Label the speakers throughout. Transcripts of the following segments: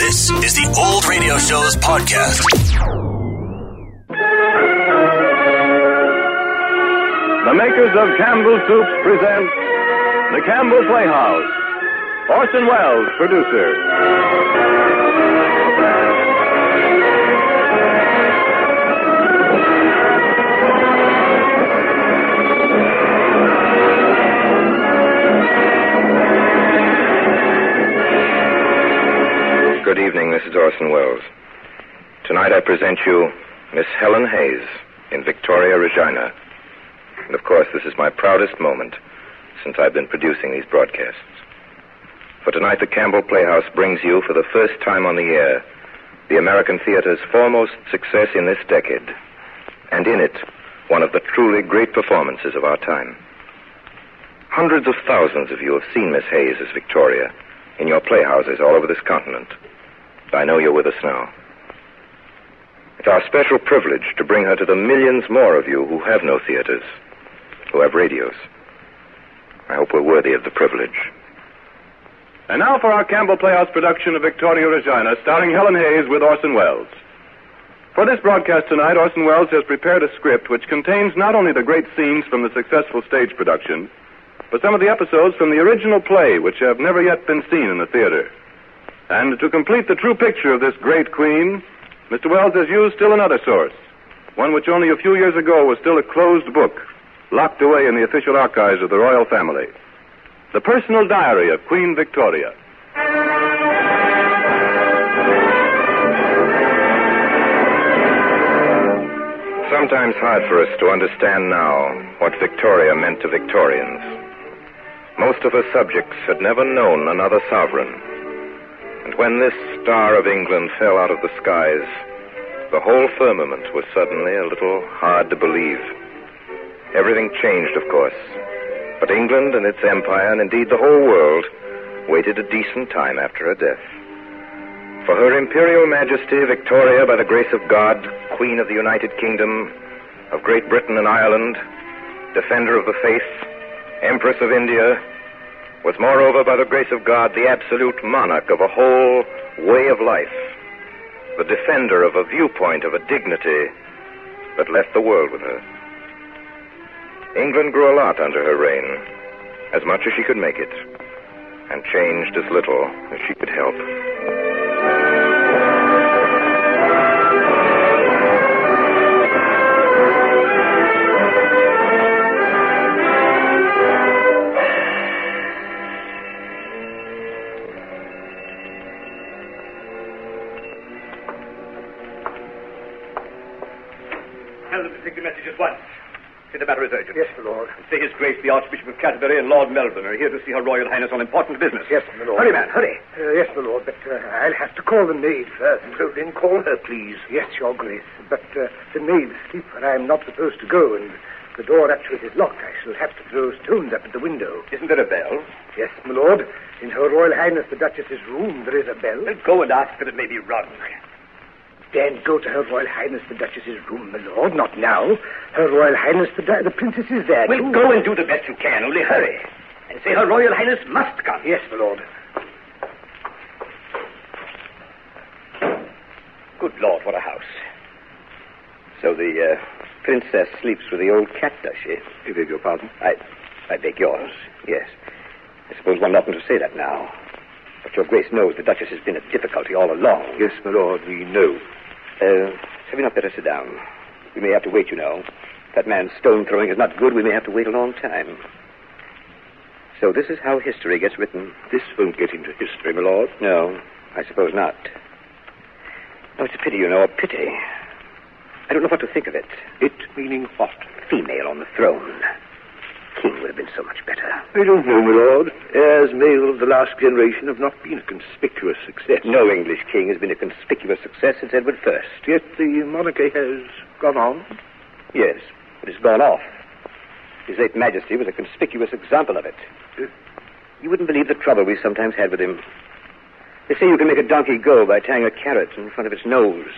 Speaker 1: This is the Old Radio Show's podcast.
Speaker 2: The makers of Campbell Soups present The Campbell Playhouse. Orson Welles, producer.
Speaker 3: Good evening, Mrs. Orson Welles. Tonight I present you Miss Helen Hayes in Victoria Regina. And of course, this is my proudest moment since I've been producing these broadcasts. For tonight, the Campbell Playhouse brings you, for the first time on the air, the American theater's foremost success in this decade, and in it, one of the truly great performances of our time. Hundreds of thousands of you have seen Miss Hayes as Victoria in your playhouses all over this continent. I know you're with us now. It's our special privilege to bring her to the millions more of you who have no theaters, who have radios. I hope we're worthy of the privilege.
Speaker 2: And now for our Campbell Playhouse production of Victoria Regina, starring Helen Hayes with Orson Welles. For this broadcast tonight, Orson Welles has prepared a script which contains not only the great scenes from the successful stage production, but some of the episodes from the original play which have never yet been seen in the theater. And to complete the true picture of this great queen, Mr. Wells has used still another source, one which only a few years ago was still a closed book, locked away in the official archives of the royal family. The Personal Diary of Queen Victoria.
Speaker 3: Sometimes hard for us to understand now what Victoria meant to Victorians. Most of her subjects had never known another sovereign. And when this star of England fell out of the skies, the whole firmament was suddenly a little hard to believe. Everything changed, of course. But England and its empire, and indeed the whole world, waited a decent time after her death. For her Imperial Majesty, Victoria, by the grace of God, Queen of the United Kingdom, of Great Britain and Ireland, Defender of the Faith, Empress of India, was moreover, by the grace of God, the absolute monarch of a whole way of life, the defender of a viewpoint, of a dignity that left the world with her. England grew a lot under her reign, as much as she could make it, and changed as little as she could help.
Speaker 4: Tell them to take the message at once. Say the matter is urgent.
Speaker 5: Yes, my lord.
Speaker 4: Say His Grace, the Archbishop of Canterbury, and Lord Melbourne are here to see Her Royal Highness on important business.
Speaker 5: Yes, my lord.
Speaker 4: Hurry, man, hurry.
Speaker 5: Uh, yes, my lord, but uh, I'll have to call the maid first. So then call her, please. Yes, your grace. But uh, the maids sleep where I'm not supposed to go, and the door actually is locked. I shall have to throw stones up at the window.
Speaker 4: Isn't there a bell?
Speaker 5: Yes, my lord. In Her Royal Highness the Duchess's room there is a bell.
Speaker 4: Well, go and ask that it may be rung.
Speaker 5: Then go to Her Royal Highness the Duchess's room, my lord. Not now. Her Royal Highness the, du- the Princess is there.
Speaker 4: Well,
Speaker 5: too.
Speaker 4: go and do the best you can, only hurry. And say Her Royal Highness must come.
Speaker 5: Yes, my lord.
Speaker 4: Good Lord, what a house. So the uh, princess sleeps with the old cat, does she? I beg your pardon? I, I beg yours, yes. I suppose one oughtn't to say that now. But your grace knows the Duchess has been a difficulty all along. Yes, my lord, we know. Uh, have you not better sit down? We may have to wait, you know. If That man's stone throwing is not good. We may have to wait a long time. So this is how history gets written. This won't get into history, my lord. No, I suppose not. No, it's a pity, you know, a pity. I don't know what to think of it. It meaning what? Female on the throne. King would have been so much better.
Speaker 6: I don't know, my lord. Heirs male of the last generation have not been a conspicuous success.
Speaker 4: No English king has been a conspicuous success since Edward I.
Speaker 6: Yet the monarchy has gone on.
Speaker 4: Yes, but it's gone off. His late Majesty was a conspicuous example of it. You wouldn't believe the trouble we sometimes had with him. They say you can make a donkey go by tying a carrot in front of its nose.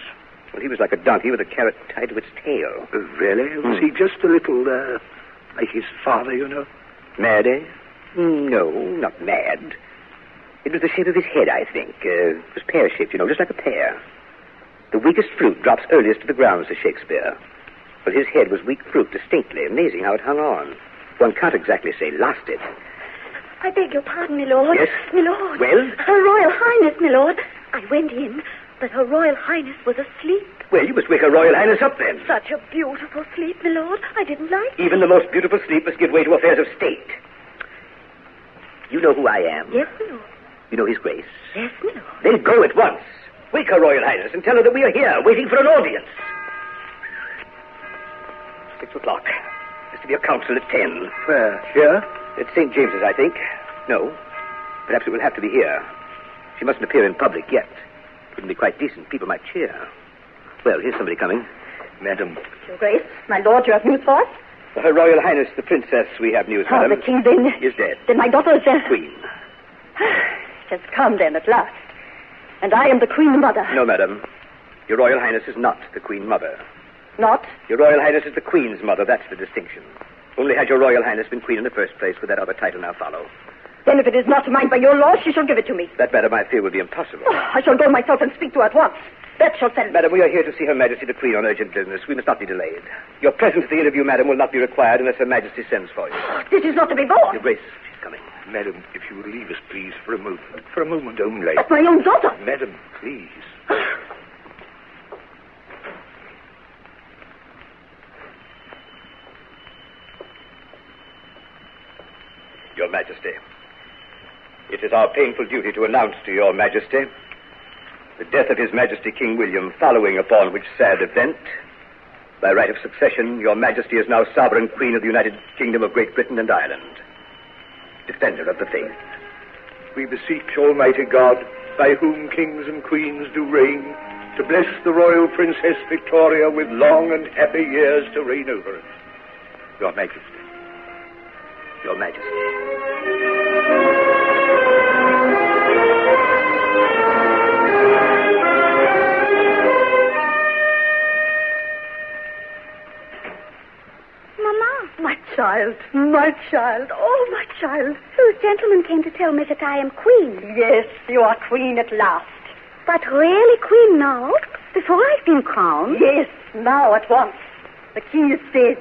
Speaker 4: Well, he was like a donkey with a carrot tied to its tail.
Speaker 6: Uh, really? Was
Speaker 5: Hmm.
Speaker 6: he just a little, uh, like his father, you know?
Speaker 4: Mad, eh? No, not mad. It was the shape of his head, I think. Uh, it was pear shaped, you know, just like a pear. The weakest fruit drops earliest to the ground, says Shakespeare. Well, his head was weak fruit, distinctly. Amazing how it hung on. One can't exactly say lost it.
Speaker 7: I beg your pardon, my lord.
Speaker 4: Yes?
Speaker 7: My lord.
Speaker 4: Well?
Speaker 7: Her Royal Highness, my lord. I went in, but Her Royal Highness was asleep.
Speaker 4: Well, you must wake her Royal Highness up then.
Speaker 7: Such a beautiful sleep, my lord. I didn't like it.
Speaker 4: Even the most beautiful sleep must give way to affairs of state. You know who I am.
Speaker 7: Yes, my lord.
Speaker 4: You know His Grace.
Speaker 7: Yes, my lord.
Speaker 4: Then go at once. Wake her Royal Highness and tell her that we are here, waiting for an audience. Six o'clock. There's to be a council at ten.
Speaker 5: Where? Here?
Speaker 4: At St. James's, I think. No. Perhaps it will have to be here. She mustn't appear in public yet. It wouldn't be quite decent. People might cheer. Well, here's somebody coming. Madam.
Speaker 7: Your Grace, my lord, you have news for us?
Speaker 4: Uh, Her Royal Highness, the Princess, we have news,
Speaker 7: Ah,
Speaker 4: madam.
Speaker 7: the king's in.
Speaker 4: Is dead.
Speaker 7: Then my daughter is dead.
Speaker 4: Queen.
Speaker 7: She has come then at last. And I am the Queen Mother.
Speaker 4: No, madam. Your Royal Highness is not the Queen Mother.
Speaker 7: Not?
Speaker 4: Your Royal Highness is the Queen's mother. That's the distinction. Only had your Royal Highness been Queen in the first place, would that other title now follow?
Speaker 7: Then if it is not mine by your law, she shall give it to me.
Speaker 4: That, madam, I fear would be impossible.
Speaker 7: Oh, I shall go myself and speak to her at once. That shall settle it.
Speaker 4: Madam, we are here to see Her Majesty the Queen on urgent business. We must not be delayed. Your presence at the interview, madam, will not be required unless Her Majesty sends for you.
Speaker 7: This is not to be
Speaker 4: Your
Speaker 7: borne.
Speaker 4: Grace, she's coming.
Speaker 6: Madam, if you will leave us, please, for a moment. For a moment only.
Speaker 7: But my own daughter.
Speaker 6: Madam, please.
Speaker 4: Your Majesty. It is our painful duty to announce to Your Majesty the death of His Majesty King William, following upon which sad event, by right of succession, Your Majesty is now sovereign Queen of the United Kingdom of Great Britain and Ireland, defender of the faith.
Speaker 6: We beseech Almighty God, by whom kings and queens do reign, to bless the royal Princess Victoria with long and happy years to reign over us.
Speaker 4: Your Majesty. Your Majesty.
Speaker 8: Mamma,
Speaker 7: My child. My child. Oh, my child.
Speaker 8: those gentlemen came to tell me that I am queen.
Speaker 7: Yes, you are Queen at last.
Speaker 8: But really queen now? Before I've been
Speaker 4: Hmm?
Speaker 8: crowned?
Speaker 7: Yes, now at once. The king is dead.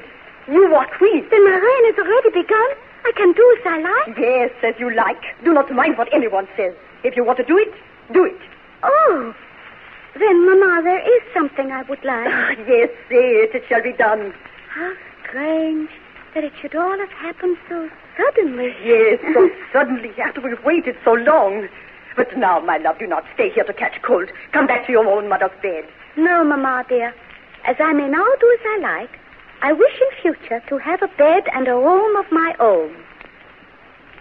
Speaker 7: You are Queen.
Speaker 8: Then my reign has already begun. I can do as I like.
Speaker 7: Yes, as you like. Do not mind what anyone says. If you want to do it, do it.
Speaker 8: Oh. Then, Mamma, there is something I would like.
Speaker 7: Ah, yes, say it. It shall be done.
Speaker 8: How strange that it should all have happened so suddenly.
Speaker 7: Yes, so suddenly, after we've waited so long. But now, my love, do not stay here to catch cold. Come back to your own mother's bed.
Speaker 8: No, Mamma, dear. As I may now do as I like, I wish in future to have a bed and a room of my own.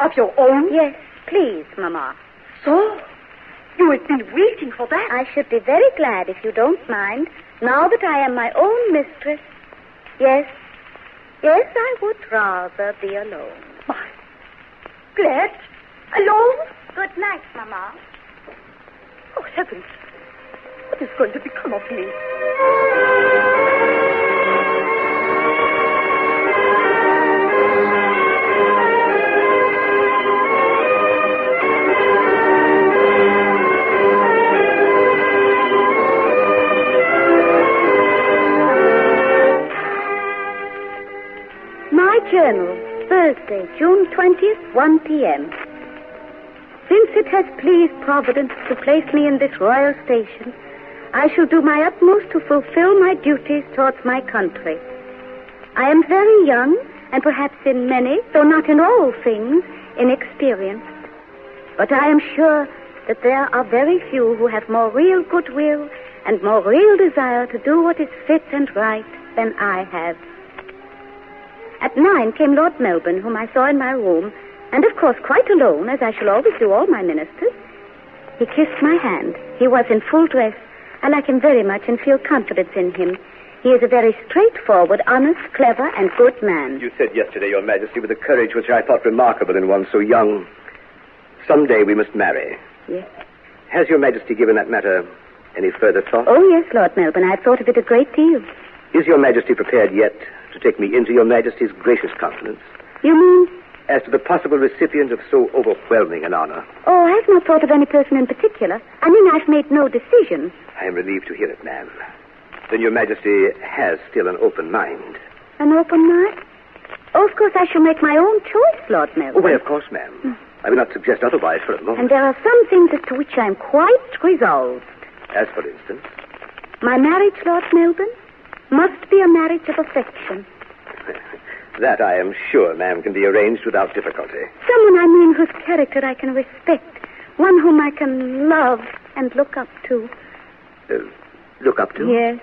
Speaker 7: Of your own?
Speaker 8: Yes, please, Mamma.
Speaker 7: So? You have been waiting for that?
Speaker 8: I should be very glad if you don't mind, now that I am my own mistress. Yes, yes, I would rather be alone.
Speaker 7: My. Glad? Alone?
Speaker 8: Good night, Mamma.
Speaker 7: Oh, heavens. What is going to become of me?
Speaker 8: My journal, Thursday, June 20th, 1 p.m. Since it has pleased Providence to place me in this royal station, I shall do my utmost to fulfill my duties towards my country. I am very young, and perhaps in many, though not in all things, inexperienced. But I am sure that there are very few who have more real goodwill and more real desire to do what is fit and right than I have. At nine came Lord Melbourne, whom I saw in my room, and of course quite alone, as I shall always do all my ministers. He kissed my hand. He was in full dress. I like him very much and feel confidence in him. He is a very straightforward, honest, clever, and good man.
Speaker 4: You said yesterday, Your Majesty, with a courage which I thought remarkable in one so young, someday we must marry.
Speaker 8: Yes.
Speaker 4: Has Your Majesty given that matter any further thought?
Speaker 8: Oh, yes, Lord Melbourne, I've thought of it a great deal.
Speaker 4: Is Your Majesty prepared yet to take me into Your Majesty's gracious confidence?
Speaker 8: You mean
Speaker 4: as to the possible recipients of so overwhelming an honor.
Speaker 8: Oh, I've not thought of any person in particular. I mean, I've made no decision.
Speaker 4: I am relieved to hear it, ma'am. Then your majesty has still an open mind.
Speaker 8: An open mind? Oh, of course, I shall make my own choice, Lord
Speaker 4: Oh,
Speaker 8: Melbourne.
Speaker 4: well, of course, ma'am. I would not suggest otherwise for a moment.
Speaker 8: And there are some things as to which I am quite resolved.
Speaker 4: As, for instance,
Speaker 8: My marriage, Lord Melbourne, must be a marriage of affection.
Speaker 4: that I am sure, ma'am, can be arranged without difficulty.
Speaker 8: Someone, I mean, whose character I can respect. One whom I can love and look up to.
Speaker 4: Uh, look up to?
Speaker 8: Yes.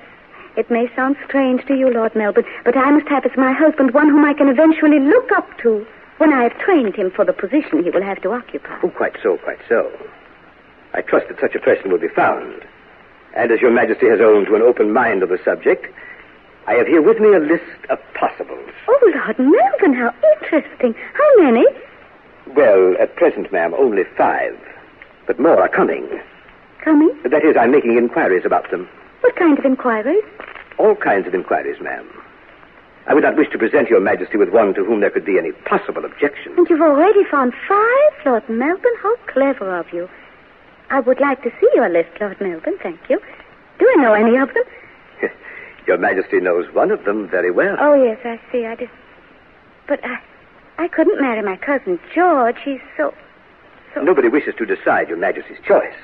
Speaker 8: It may sound strange to you, Lord Melbourne, but I must have as my husband one whom I can eventually look up to when I have trained him for the position he will have to occupy.
Speaker 4: Oh, quite so, quite so. I trust that such a person will be found. And as your majesty has owned to an open mind on the subject, I have here with me a list of possibles.
Speaker 8: Oh, Lord Melbourne, how interesting. How many?
Speaker 4: Well, at present, ma'am, only five. But more are coming.
Speaker 8: Coming?
Speaker 4: That is, I'm making inquiries about them.
Speaker 8: What kind of inquiries?
Speaker 4: All kinds of inquiries, ma'am. I would not wish to present your majesty with one to whom there could be any possible objection.
Speaker 8: And you've already found five, Lord Melbourne. How clever of you. I would like to see your list, Lord Melbourne, thank you. Do I know any of them?
Speaker 4: Your Majesty knows one of them very well.
Speaker 8: Oh, yes, I see. I did. But I, I couldn't marry my cousin George. He's so.
Speaker 4: Nobody wishes to decide Your Majesty's choice.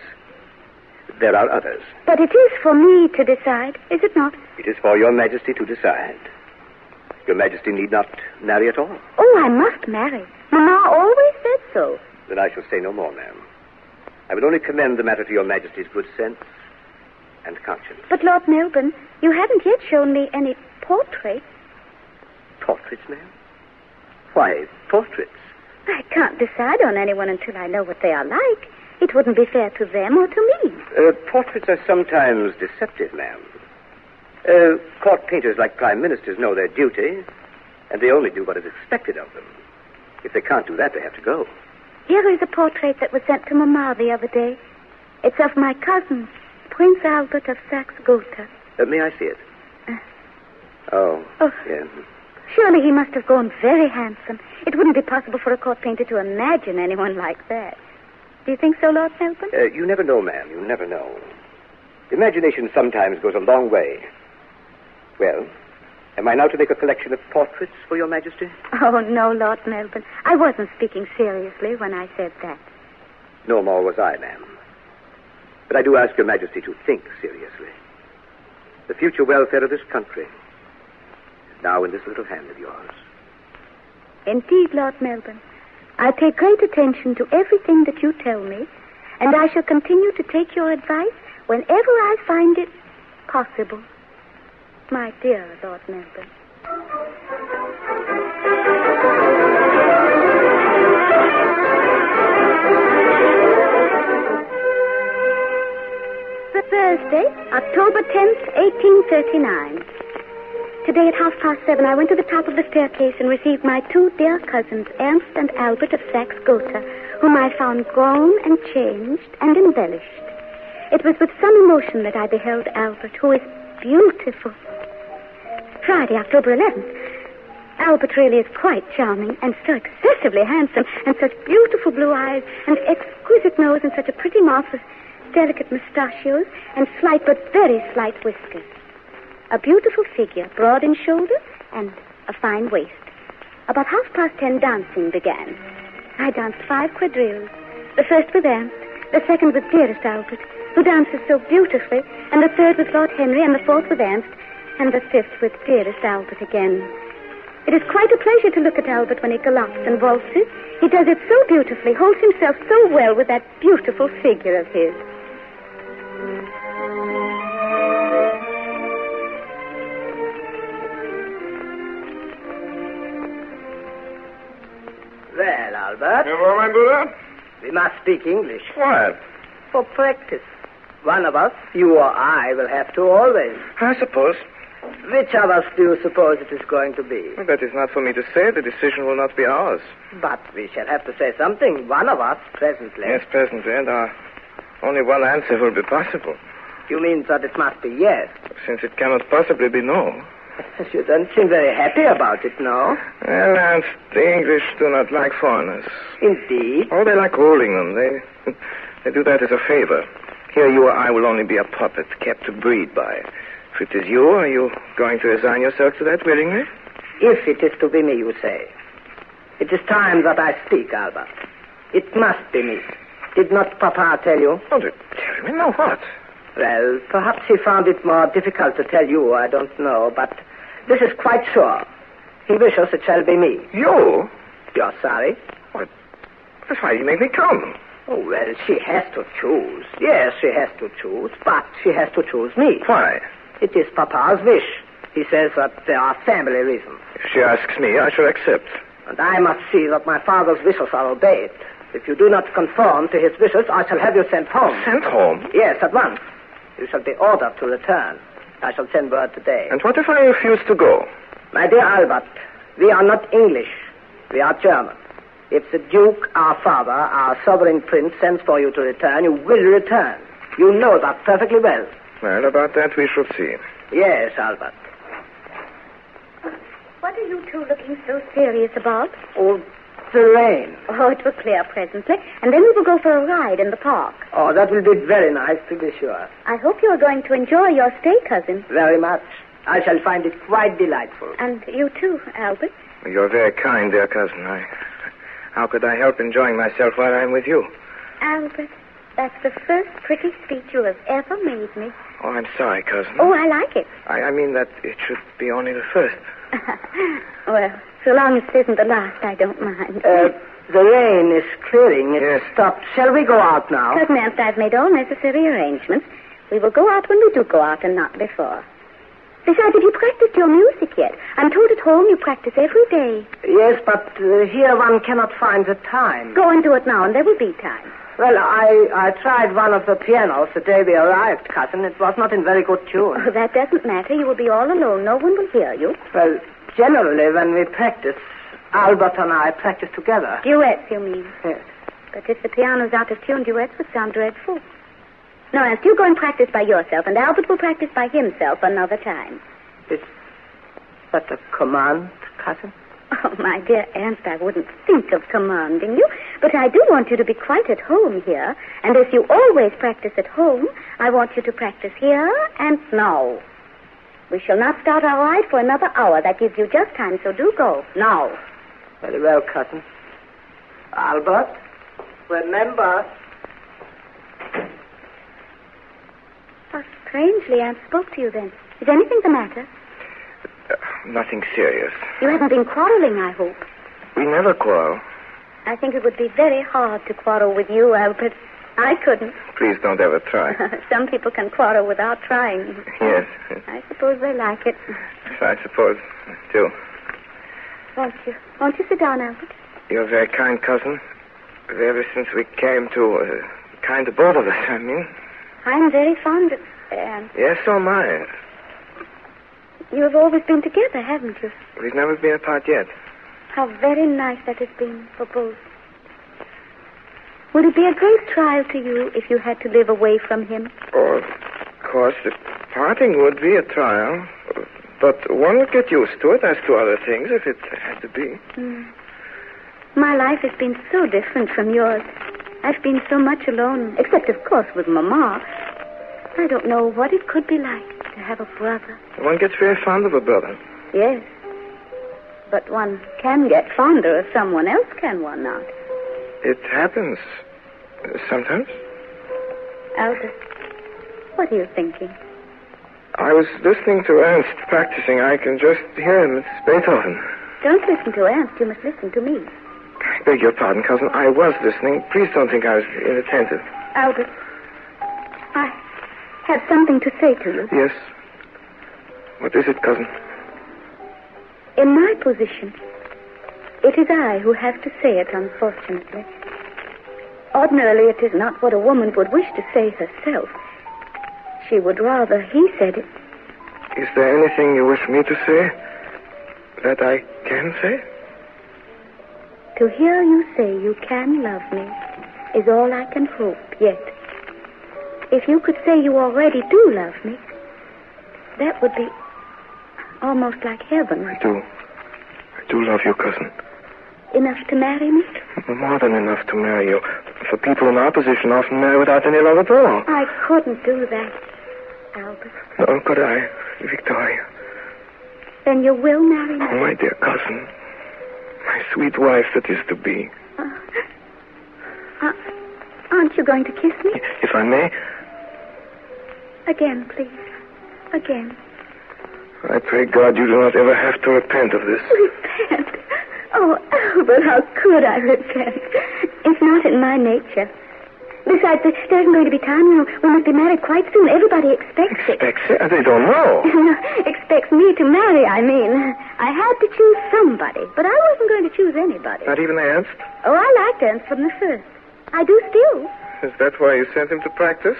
Speaker 4: There are others.
Speaker 8: But it is for me to decide, is it not?
Speaker 4: It is for Your Majesty to decide. Your Majesty need not marry at all.
Speaker 8: Oh, I must marry. Mamma always said so.
Speaker 4: Then I shall say no more, ma'am. I will only commend the matter to Your Majesty's good sense and conscience.
Speaker 8: But Lord Melbourne, you haven't yet shown me any portraits.
Speaker 4: Portraits, ma'am? Why, portraits?
Speaker 8: I can't decide on anyone until I know what they are like. It wouldn't be fair to them or to me.
Speaker 4: Uh, portraits are sometimes deceptive, ma'am. Uh, court painters, like prime ministers, know their duty, and they only do what is expected of them. If they can't do that, they have to go.
Speaker 8: Here is a portrait that was sent to Mamma the other day. It's of my cousin, Prince Albert of Saxe-Gotha.
Speaker 4: Uh, may I see it? Oh,
Speaker 8: Oh.
Speaker 4: yeah.
Speaker 8: Surely he must have grown very handsome. It wouldn't be possible for a court painter to imagine anyone like that. Do you think so, Lord Melbourne?
Speaker 4: Uh, you never know, ma'am. You never know. Imagination sometimes goes a long way. Well, am I now to make a collection of portraits for your majesty?
Speaker 8: Oh, no, Lord Melbourne. I wasn't speaking seriously when I said that.
Speaker 4: No more was I, ma'am. But I do ask your majesty to think seriously. The future welfare of this country is now in this little hand of yours.
Speaker 8: Indeed, Lord Melbourne. I pay great attention to everything that you tell me, and I shall continue to take your advice whenever I find it possible. My dear Lord Melbourne. Thursday, October 10th, 1839. Today at half past seven, I went to the top of the staircase and received my two dear cousins, Ernst and Albert of Saxe-Gotha, whom I found grown and changed and embellished. It was with some emotion that I beheld Albert, who is beautiful. Friday, October 11th. Albert really is quite charming and so excessively handsome, and such beautiful blue eyes, and exquisite nose, and such a pretty mouth with delicate mustachios, and slight but very slight whiskers. A beautiful figure, broad in shoulder and a fine waist. About half past ten, dancing began. I danced five quadrilles. The first with Ernst, the second with dearest Albert, who dances so beautifully, and the third with Lord Henry, and the fourth with Ernst, and the fifth with dearest Albert again. It is quite a pleasure to look at Albert when he gallops and waltzes. He does it so beautifully, holds himself so well with that beautiful figure of his.
Speaker 9: Well, Albert,
Speaker 6: my Buddha?
Speaker 9: we must speak English
Speaker 6: Quiet.
Speaker 9: for practice. One of us, you or I, will have to always.
Speaker 6: I suppose.
Speaker 9: Which of us do you suppose it is going to be?
Speaker 6: That is not for me to say. The decision will not be ours.
Speaker 9: But we shall have to say something, one of us, presently.
Speaker 6: Yes, presently, and uh, only one answer will be possible,
Speaker 9: You mean that it must be yes.
Speaker 6: since it cannot possibly be no.
Speaker 9: You don't seem very happy about it, no?
Speaker 3: Well, Lance, the English do not like foreigners.
Speaker 9: Indeed.
Speaker 3: Oh, they like ruling them. They, they do that as a favor. Here you or I will only be a puppet kept to breed by. If it is you, are you going to resign yourself to that willingly?
Speaker 9: If it is to be me, you say. It is time that I speak, Albert. It must be me. Did not Papa tell you?
Speaker 3: Oh, did tell me? Now what?
Speaker 9: Well, perhaps he found it more difficult to tell you, I don't know, but this is quite sure. He wishes it shall be me.
Speaker 3: You?
Speaker 9: You're sorry?
Speaker 3: What? That's why you make me come.
Speaker 9: Oh, well, she has to choose. Yes, she has to choose, but she has to choose me.
Speaker 3: Why?
Speaker 9: It is Papa's wish. He says that there are family reasons.
Speaker 3: If she asks me, I shall accept.
Speaker 9: And I must see that my father's wishes are obeyed. If you do not conform to his wishes, I shall have you sent home.
Speaker 3: Sent home?
Speaker 9: Yes, at once. You shall be ordered to return. I shall send word today.
Speaker 3: And what if I refuse to go?
Speaker 9: My dear Albert, we are not English. We are German. If the Duke, our father, our sovereign prince, sends for you to return, you will return. You know that perfectly well.
Speaker 3: Well, about that we shall see.
Speaker 9: Yes, Albert.
Speaker 8: What are you two looking so serious about?
Speaker 9: Oh, the rain.
Speaker 8: Oh, it will clear presently, and then we will go for a ride in the park.
Speaker 9: Oh, that will be very nice, to be sure.
Speaker 8: I hope you are going to enjoy your stay, cousin.
Speaker 9: Very much. I shall find it quite delightful.
Speaker 8: And you too, Albert.
Speaker 3: You're very kind, dear cousin. I, how could I help enjoying myself while I'm with you?
Speaker 8: Albert, that's the first pretty speech you have ever made me.
Speaker 3: Oh, I'm sorry, cousin.
Speaker 8: Oh, I like it.
Speaker 3: I, I mean that it should be only the first.
Speaker 8: well, so long as it isn't the last, I don't mind.
Speaker 9: Uh, the rain is clearing. It
Speaker 3: Yes.
Speaker 9: stopped. Shall we go out now?
Speaker 8: Cousin after I've made all necessary arrangements, we will go out when we do go out and not before. Besides, have you practiced your music yet? I'm told at home you practice every day.
Speaker 9: Yes, but uh, here one cannot find the time.
Speaker 8: Go and do it now, and there will be time.
Speaker 9: Well, I, I tried one of the pianos the day we arrived, cousin. It was not in very good
Speaker 8: Oh,
Speaker 9: tune.
Speaker 8: that doesn't matter. You will be all alone. No one will hear you.
Speaker 9: well, generally when we practice, Albert and I practice together.
Speaker 8: Duets, you mean.
Speaker 9: Yes.
Speaker 8: But if the piano's out of tune, duets would sound dreadful. No, Ernst, you go and practice by yourself, and Albert will practice by himself another time.
Speaker 9: Is that a command, cousin?
Speaker 8: Oh, my dear Ernst, I wouldn't think of commanding you, but I do want you to be quite at home here. And as you always practice at home, I want you to practice here and now. We shall not start our ride for another hour. That gives you just time, so do go now.
Speaker 9: Very well, cousin. Albert, remember.
Speaker 8: How strangely Ernst spoke to you then. Is anything the matter?
Speaker 3: Uh, nothing serious.
Speaker 8: You haven't been quarreling, I hope.
Speaker 3: We never quarrel.
Speaker 8: I think it would be very hard to quarrel with you, Albert. I couldn't.
Speaker 3: Please don't ever try.
Speaker 8: Some people can quarrel without trying.
Speaker 3: yes,
Speaker 8: I suppose they like it.
Speaker 3: I suppose, too.
Speaker 8: Won't you? Won't you sit down, Albert?
Speaker 3: You're very kind, cousin. Ever since we came to, uh, kind to both of us, I mean.
Speaker 8: I'm very fond of Anne.
Speaker 3: Yes, so am I.
Speaker 8: You have always been together, haven't you?
Speaker 3: We've never been apart yet.
Speaker 8: How very nice that has been for both. Would it be a great trial to you if you had to live away from him?
Speaker 3: Oh, of course, the parting would be a trial. But one would get used to it as to other things if it had to be.
Speaker 8: My life has been so different from yours. I've been so much alone, except, of course, with Mamma. I don't know what it could be like to have a brother.
Speaker 3: One gets very fond of a brother.
Speaker 8: Yes. But one can get fonder of someone else, can one not?
Speaker 3: It happens uh, sometimes.
Speaker 8: Albert, what are you thinking?
Speaker 3: I was listening to Ernst practicing. I can just hear him. It's Beethoven.
Speaker 8: Don't listen to Ernst. You must listen to me.
Speaker 3: I beg your pardon, cousin. I was listening. Please don't think I was inattentive.
Speaker 8: Albert, I have something to say to you.
Speaker 3: Yes. What is it, cousin?
Speaker 8: In my position, it is I who have to say it, unfortunately. Ordinarily, it is not what a woman would wish to say herself. She would rather he said it.
Speaker 3: Is there anything you wish me to say that I can say?
Speaker 8: To hear you say you can love me is all I can hope yet. If you could say you already do love me, that would be. almost like heaven.
Speaker 3: I do. I do love you, cousin.
Speaker 8: Enough to marry me?
Speaker 3: More than enough to marry you. For people in our position often marry without any love at all.
Speaker 8: I couldn't do that, Albert.
Speaker 3: Nor could I, Victoria.
Speaker 8: Then you will marry me?
Speaker 3: Oh, my dear cousin. My sweet wife that is to be.
Speaker 8: Uh, aren't you going to kiss me?
Speaker 3: If I may,
Speaker 8: Again, please. Again.
Speaker 3: I pray God you do not ever have to repent of this.
Speaker 8: Repent. Oh, Albert, how could I repent? It's not in my nature. Besides, there there isn't going to be time. You know, we must be married quite soon. Everybody expects it.
Speaker 3: Except uh, they don't know.
Speaker 8: expects me to marry, I mean. I had to choose somebody, but I wasn't going to choose anybody.
Speaker 3: Not even Ernst?
Speaker 8: Oh, I liked Ernst from the first. I do still.
Speaker 3: Is that why you sent him to practice?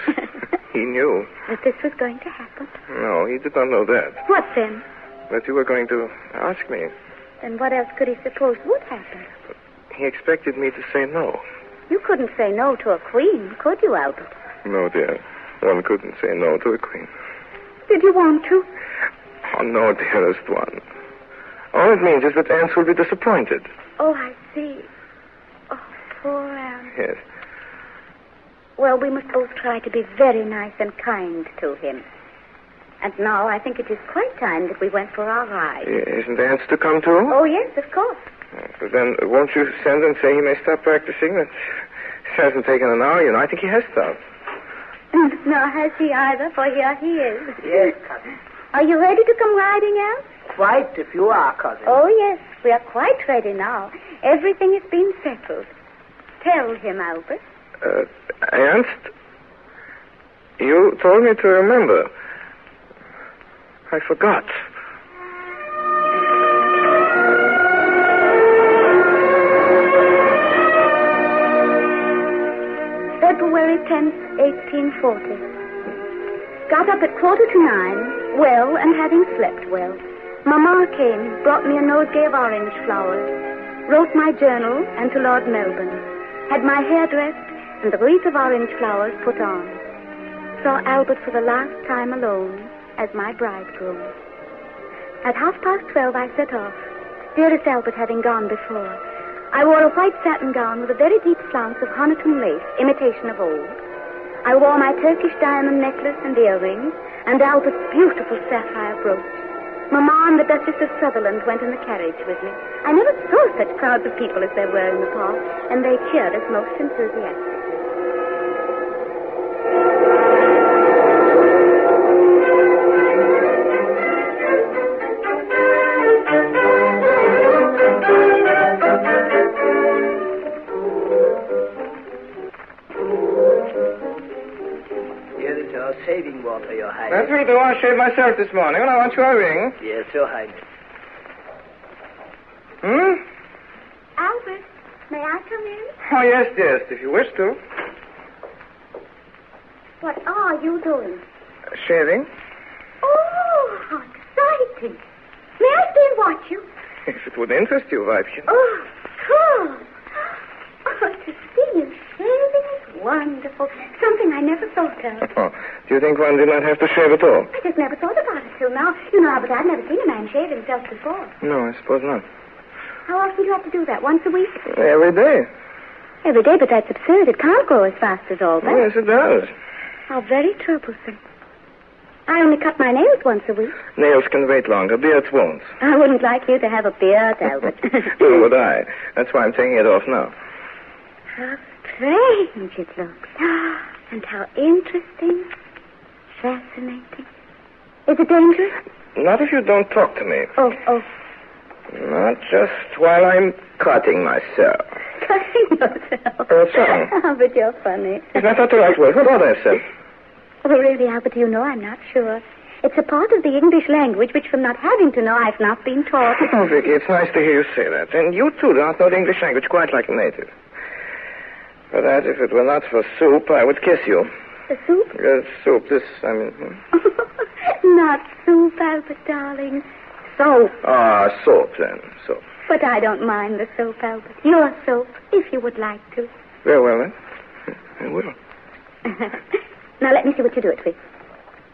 Speaker 3: he knew.
Speaker 8: But this was going to happen.
Speaker 3: No, he did not know that.
Speaker 8: What then?
Speaker 3: That you were going to ask me.
Speaker 8: Then what else could he suppose would happen?
Speaker 3: He expected me to say no.
Speaker 8: You couldn't say no to a queen, could you, Albert?
Speaker 3: No, dear. One couldn't say no to a queen.
Speaker 8: Did you want to?
Speaker 3: Oh, no, dearest one. All it means is that Ernst will be disappointed.
Speaker 8: Oh, I see. Oh, poor Ernst.
Speaker 3: Yes.
Speaker 8: Well, we must both try to be very nice and kind to him. And now I think it is quite time that we went for our ride.
Speaker 3: Isn't Ernst to come too?
Speaker 8: Oh, yes, of course.
Speaker 3: Then won't you send and say he may stop practicing? It hasn't taken an hour, you know. I think he has stopped.
Speaker 8: Nor has he either, for here he is.
Speaker 9: Yes, cousin.
Speaker 8: Are you ready to come riding out?
Speaker 9: Quite if you are, cousin.
Speaker 8: Oh, yes, we are quite ready now. Everything has been settled. Tell him, Albert.
Speaker 3: Uh, Ernst, you told me to remember. I forgot.
Speaker 8: February 10th, 1840. Got up at quarter to nine, well and having slept well. Mamma came, brought me a nosegay of orange flowers, wrote my journal and to Lord Melbourne, had my hair dressed and the wreath of orange flowers put on. Saw Albert for the last time alone as my bridegroom. At half past twelve, I set off, dearest Albert having gone before. I wore a white satin gown with a very deep flounce of Honiton lace, imitation of old. I wore my Turkish diamond necklace and earrings, and Albert's beautiful sapphire brooch. Mamma and the Duchess of Sutherland went in the carriage with me. I never saw such crowds of people as there were in the park, and they cheered us most enthusiastically.
Speaker 9: Here is your saving water, your highness.
Speaker 3: That's will do. I shaved myself this morning, and I want your ring.
Speaker 9: Yes, your highness.
Speaker 3: Hmm?
Speaker 8: Albert, may I come in?
Speaker 3: Oh, yes, dearest, if you wish to.
Speaker 8: What are you doing?
Speaker 3: Shaving?
Speaker 8: Oh, how exciting. May I stay and watch you?
Speaker 3: If it would interest you, Weibchen.
Speaker 8: Oh, cool. Oh, to see you shaving is wonderful. Something I never thought of.
Speaker 3: Oh, do you think one did not have to shave at all?
Speaker 8: I just never thought about it till now. You know, Albert, I've never seen a man shave himself before.
Speaker 3: No, I suppose not.
Speaker 8: How often do you have to do that? Once a week?
Speaker 3: Every day.
Speaker 8: Every day, but that's absurd. It can't grow as fast as all
Speaker 3: Oh, yes, it does.
Speaker 8: How very troublesome. I only cut my nails once a week.
Speaker 3: Nails can wait longer. Beards won't.
Speaker 8: I wouldn't like you to have a beard, Albert.
Speaker 3: Nor would I. That's why I'm taking it off now.
Speaker 8: How strange it looks. And how interesting. Fascinating. Is it dangerous?
Speaker 3: Not if you don't talk to me.
Speaker 8: Oh, oh.
Speaker 3: Not just while I'm cutting myself.
Speaker 8: Cutting yourself.
Speaker 3: Oh, sorry.
Speaker 8: Albert, you're funny.
Speaker 3: Is that not the right word? What ought I have said?
Speaker 8: Oh, really, Albert, you know I'm not sure. It's a part of the English language which, from not having to know, I've not been taught.
Speaker 3: Oh, Vicky, it's nice to hear you say that. And you, too, don't know the English language quite like a native. For that, if it were not for soup, I would kiss you.
Speaker 8: The soup?
Speaker 3: Uh, soup, this, I mean... hmm.
Speaker 8: not soup, Albert, darling. Soap.
Speaker 3: Ah, soap, then. Soap.
Speaker 8: But I don't mind the soap, Albert. Your soap, if you would like to.
Speaker 3: Very well, then. I will.
Speaker 8: now let me see what you do it with.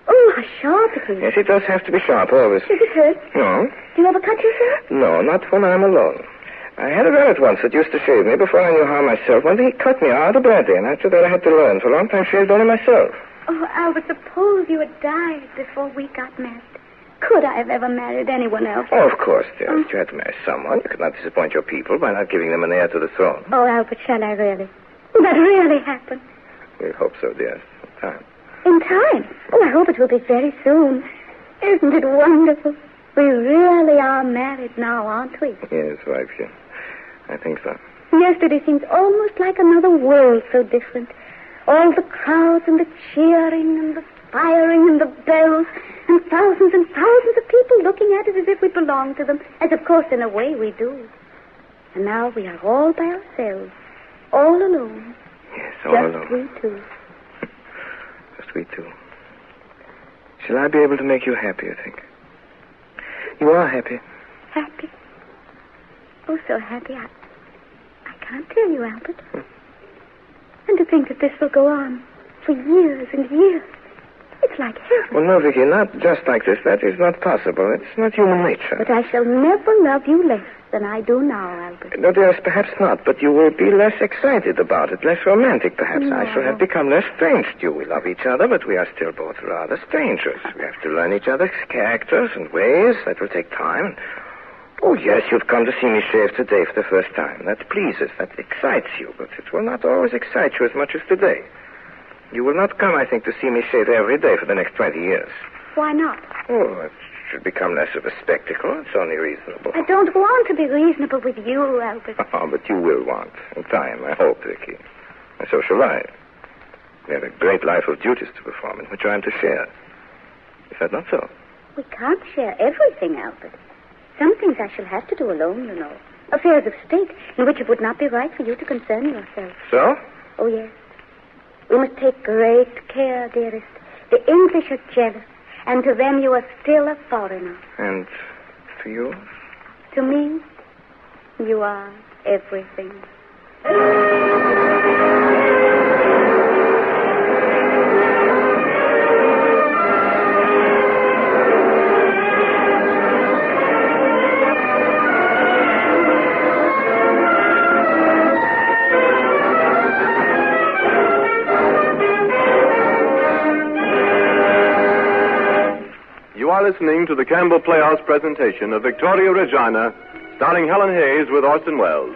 Speaker 8: Oh, how sharp it is.
Speaker 3: Yes, it does have to be sharp always.
Speaker 8: Does it hurt?
Speaker 3: No,
Speaker 8: Do you ever cut yourself?
Speaker 3: no, not when I'm alone. I had a valet once that used to shave me before I knew how myself. One day he cut me out of brandy, and after that I had to learn. For a long time, shaved only myself.
Speaker 8: Oh, Albert, suppose you had died before we got married. Could I have ever married anyone else?
Speaker 3: Oh, of course, dear. If you had to marry someone, you could not disappoint your people by not giving them an heir to the throne.
Speaker 8: Oh, Albert, shall I really? Will that really happen?
Speaker 3: We hope so, dear. Ah, Time.
Speaker 8: In time. Oh, I hope it will be very soon. Isn't it wonderful? We really are married now, aren't we?
Speaker 3: Yes, wife, you. I think so.
Speaker 8: Yesterday seems almost like another world, so different. All the crowds and the cheering and the firing and the bells and thousands and thousands of people looking at us as if we belonged to them, as of course in a way we do. And now we are all by ourselves, all alone,
Speaker 3: Yes, all
Speaker 8: just
Speaker 3: alone.
Speaker 8: we two.
Speaker 3: Just we two. Shall I be able to make you happy, you think? You are happy.
Speaker 8: Happy. Oh, so happy. I, I can't tell you, Albert. And to think that this will go on for years and years. It's like heaven.
Speaker 3: Well, no, Vicky, not just like this. That is not possible. It's not human nature.
Speaker 8: But I shall never love you less than I do now, Albert.
Speaker 3: No, dearest, perhaps not, but you will be less excited about it, less romantic, perhaps. I shall have become less strange to you. We love each other, but we are still both rather strangers. We have to learn each other's characters and ways. That will take time. Oh, yes, you've come to see me shave today for the first time. That pleases, that excites you, but it will not always excite you as much as today. You will not come, I think, to see me shave every day for the next 20 years.
Speaker 8: Why not?
Speaker 3: Oh, it should become less of a spectacle. It's only reasonable.
Speaker 8: I don't want to be reasonable with you, Albert.
Speaker 3: Oh, but you will want. In time, I hope, Vicky. And so shall I. We have a great life of duties to perform in which I am to share. Is that not so?
Speaker 8: We can't share everything, Albert. Some things I shall have to do alone, you know. Affairs of state in which it would not be right for you to concern yourself.
Speaker 3: So?
Speaker 8: Oh, yes. We must take great care, dearest. The English are jealous, and to them you are still a foreigner.
Speaker 3: And to you?
Speaker 8: To me, you are everything.
Speaker 2: You are listening to the Campbell Playhouse presentation of Victoria Regina, starring Helen Hayes with Orson Welles.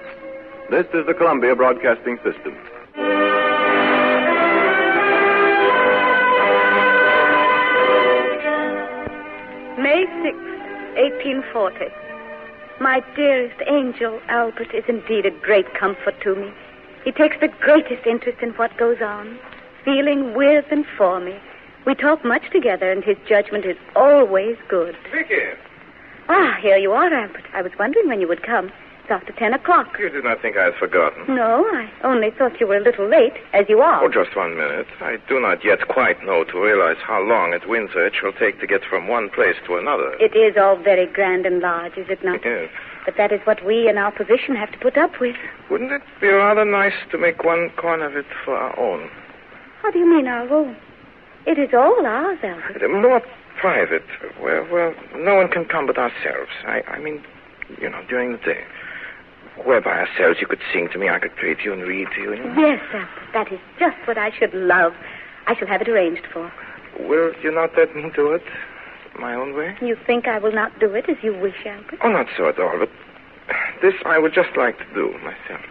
Speaker 2: This is the Columbia Broadcasting System.
Speaker 8: May 6th, 1840. My dearest angel, Albert, is indeed a great comfort to me. He takes the greatest interest in what goes on, feeling with and for me. We talk much together, and his judgment is always good.
Speaker 3: Vicky,
Speaker 8: Ah, here you are, Albert. I was wondering when you would come. It's after ten o'clock.
Speaker 3: you did not think I had forgotten.
Speaker 8: No, I only thought you were a little late, as you are.
Speaker 3: Oh, just one minute. I do not yet quite know to realize how long at Windsor it shall take to get from one place to another.
Speaker 8: It is all very grand and large, is it not?
Speaker 3: Yes.
Speaker 8: But that is what we in our position have to put up with.
Speaker 3: Wouldn't it be rather nice to make one corner of it for our own?
Speaker 8: How do you mean our own? It is all ours, Albert.
Speaker 3: More private, where, where no one can come but ourselves. I, I mean, you know, during the day. Where by ourselves you could sing to me, I could play to you and read to you. you know.
Speaker 8: Yes, Albert. That is just what I should love. I shall have it arranged for.
Speaker 3: Will you not let me do it my own way?
Speaker 8: You think I will not do it as you wish, Albert?
Speaker 3: Oh, not so at all, but this I would just like to do myself.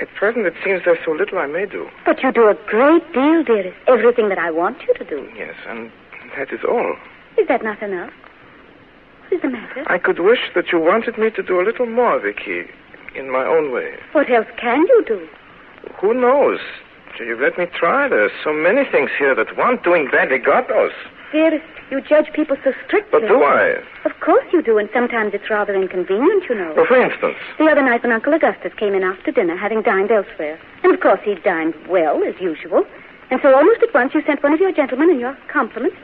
Speaker 3: At present it seems there's so little I may do.
Speaker 8: But you do a great deal, dearest. Everything that I want you to do.
Speaker 3: Yes, and that is all.
Speaker 8: Is that not enough? What is the matter?
Speaker 3: I could wish that you wanted me to do a little more, Vicky, in my own way.
Speaker 8: What else can you do?
Speaker 3: Who knows? You've let me try. There are so many things here that want doing badly, God knows.
Speaker 8: Dearest, you judge people so strictly.
Speaker 3: But do I?
Speaker 8: Of course you do, and sometimes it's rather inconvenient, you know.
Speaker 3: Well, for instance,
Speaker 8: The other night when Uncle Augustus came in after dinner, having dined elsewhere. And of course he dined well, as usual. And so almost at once you sent one of your gentlemen in your compliments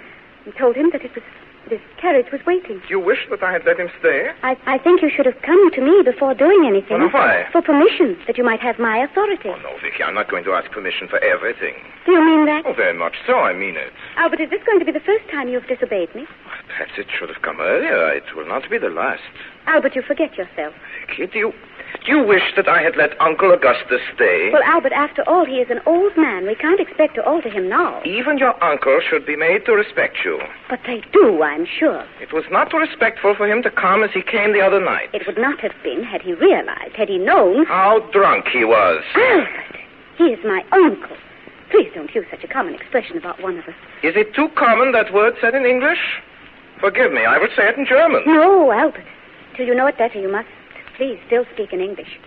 Speaker 8: and told him that it was The carriage was waiting.
Speaker 10: You wish that I had let him stay?
Speaker 8: I, I think you should have come to me before doing anything.
Speaker 3: Well, why?
Speaker 8: For permission, that you might have my authority.
Speaker 3: Oh, No, Vicky, I'm not going to ask permission for everything.
Speaker 8: Do you mean that?
Speaker 3: Oh, very much so. I mean it.
Speaker 8: Albert, is this going to be the first time you've disobeyed me?
Speaker 3: Perhaps it should have come earlier. It will not be the last.
Speaker 8: Albert, you forget yourself.
Speaker 3: Vicky, do you, do you wish that I had let Uncle Augustus stay?
Speaker 8: Well, Albert, after all, he is an old man. We can't expect to alter him now.
Speaker 3: Even your uncle should be made to respect you.
Speaker 8: But they do, I'm sure.
Speaker 3: It was not respectful for him to come as he came the other night.
Speaker 8: It would not have been had he realized, had he known.
Speaker 3: How drunk he was.
Speaker 8: Albert, he is my uncle. Please don't use such a common expression about one of us.
Speaker 3: Is it too common, that word said in English? Forgive me, I will say it in German.
Speaker 8: No, Albert. Till you know it better, you must please still speak in English.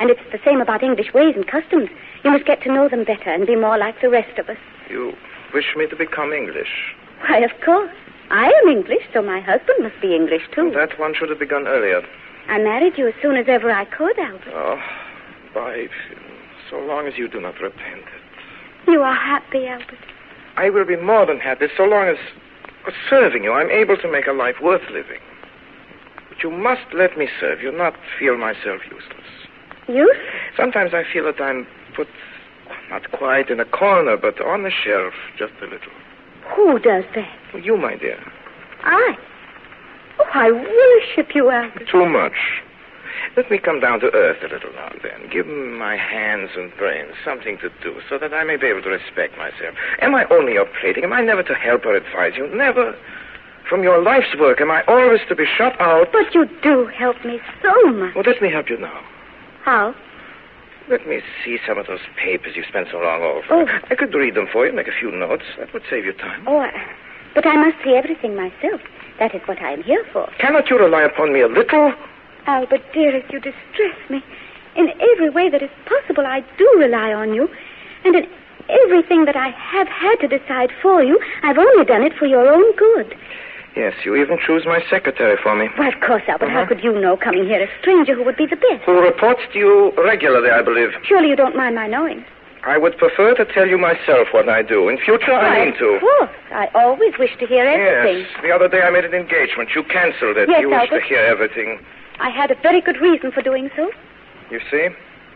Speaker 8: And it's the same about English ways and customs. You must get to know them better and be more like the rest of us.
Speaker 3: You wish me to become English.
Speaker 8: Why, of course. I am English, so my husband must be English, too.
Speaker 3: That one should have begun earlier.
Speaker 8: I married you as soon as ever I could, Albert.
Speaker 3: Oh, by so long as you do not repent it.
Speaker 8: You are happy, Albert.
Speaker 3: I will be more than happy so long as uh, serving you I'm able to make a life worth living. But you must let me serve you, not feel myself useless.
Speaker 8: You?
Speaker 3: Sometimes I feel that I'm put not quite in a corner, but on the shelf just a little.
Speaker 8: Who does that?
Speaker 3: You, my dear,
Speaker 8: I. Oh, I worship you, Albert.
Speaker 3: too much. Let me come down to earth a little now and then. Give my hands and brains something to do so that I may be able to respect myself. Am I only your plating? Am I never to help or advise you? Never. From your life's work, am I always to be shut out?
Speaker 8: But you do help me so much.
Speaker 3: Well, let me help you now.
Speaker 8: How?
Speaker 3: Let me see some of those papers you spent so long over.
Speaker 8: Oh.
Speaker 3: I could read them for you, make a few notes. That would save you time.
Speaker 8: Oh, I, but I must see everything myself. That is what I am here for.
Speaker 3: Cannot you rely upon me a little?
Speaker 8: Albert, dearest, you distress me. In every way that is possible, I do rely on you. And in everything that I have had to decide for you, I've only done it for your own good.
Speaker 3: Yes, you even choose my secretary for me,
Speaker 8: Why, of course, Albert,
Speaker 3: Uh-huh.
Speaker 8: how could you know, coming here, a stranger, who would be the best?
Speaker 3: who reports to you regularly, I believe.
Speaker 8: Surely you don't mind my knowing.
Speaker 3: I would prefer to tell you myself what I do. In future, I
Speaker 8: Why,
Speaker 3: mean to.
Speaker 8: Of course. I always wish to hear everything.
Speaker 3: Yes. The other day I made an engagement. You cancelled it.
Speaker 8: Yes,
Speaker 3: you wish to
Speaker 8: Albert.
Speaker 3: hear everything.
Speaker 8: I had a very good reason for doing so.
Speaker 3: You see?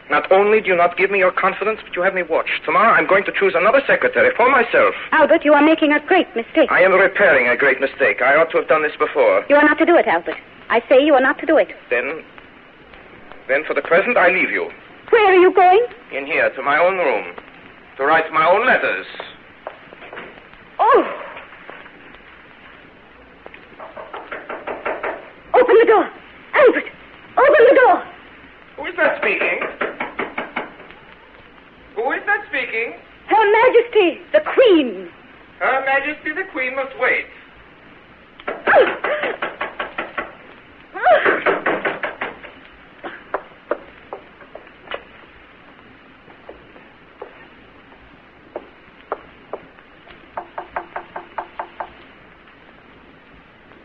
Speaker 3: Not only do you not give me your confidence, but you have me watched. Tomorrow I'm going to choose another secretary for myself.
Speaker 8: Albert, you are making a great mistake.
Speaker 3: I am repairing a great mistake. I ought to have done this before.
Speaker 8: You are not to do it, Albert. I say you are not to do it.
Speaker 3: Then. Then for the present, I leave you.
Speaker 8: Where are you going?
Speaker 3: In here, to my own room. To write my own letters.
Speaker 8: Oh! Open the door! Albert! Open the door!
Speaker 10: Who is that speaking? Who is that speaking?
Speaker 8: Her Majesty, the Queen!
Speaker 10: Her Majesty the Queen must wait.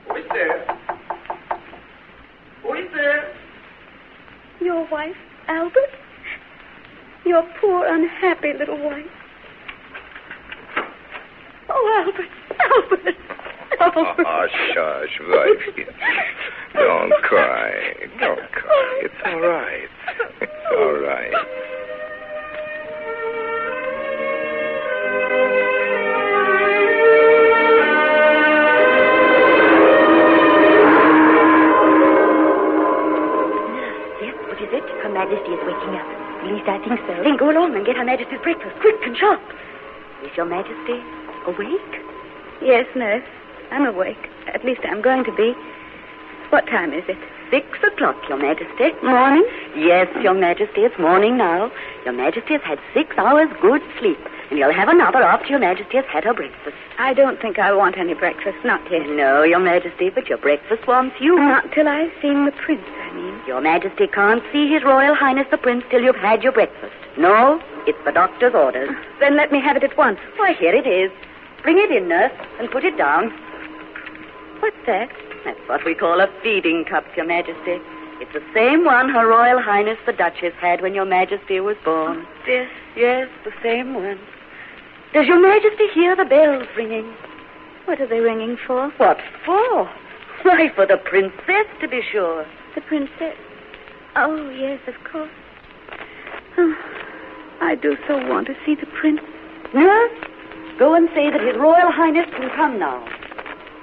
Speaker 10: Who is there? Who is there?
Speaker 8: Your wife, Albert? Your poor, unhappy little wife. Oh, Albert! Albert! Albert!
Speaker 3: Hush, hush, wife. Ah, Don't cry. Don't cry. It's all right. It's all right.
Speaker 7: Yes, what is it?
Speaker 8: Her Majesty is waking up. At least I think so. Then go along and get Her Majesty's breakfast, quick and sharp.
Speaker 7: Is Your Majesty awake?
Speaker 8: Yes, nurse. I'm awake. At least I'm going to be. What time is it?
Speaker 7: Six o'clock, Your Majesty.
Speaker 8: Morning?
Speaker 7: Yes, Your Majesty, it's morning now. Your Majesty has had six hours good sleep, and you'll have another after Your Majesty has had her breakfast.
Speaker 8: I don't think I want any breakfast. Not yet.
Speaker 7: No, Your Majesty, but your breakfast wants you.
Speaker 8: Not till I've seen the prince, I mean.
Speaker 7: Your Majesty can't see His Royal Highness the Prince till you've had your breakfast. No, it's the doctor's orders.
Speaker 8: Then let me have it at once.
Speaker 7: Why, here it is. Bring it in, nurse, and put it down.
Speaker 8: What's that?
Speaker 7: That's what we call a feeding cup, Your Majesty. It's the same one Her Royal Highness the Duchess had when Your Majesty was born.
Speaker 8: This.
Speaker 7: Yes, the same one. Does Your Majesty hear the bells ringing?
Speaker 8: What are they ringing for?
Speaker 11: What for? Why, for the princess, to be sure.
Speaker 8: The princess. Oh, yes, of course. Oh, I do so want to see the prince.
Speaker 11: Nurse, go and say that His Royal Highness can come now.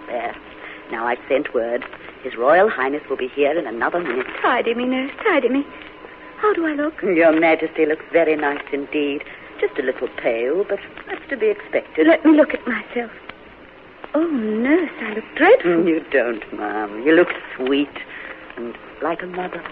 Speaker 11: There. Now I've sent word. His Royal Highness will be here in another minute.
Speaker 8: Tidy me, nurse, tidy me. How do I look?
Speaker 11: Your Majesty looks very nice indeed. Just a little pale, but that's to be expected.
Speaker 8: Let me look at myself. Oh, nurse, I look dreadful.
Speaker 11: Mm, You don't, ma'am. You look sweet and like a mother.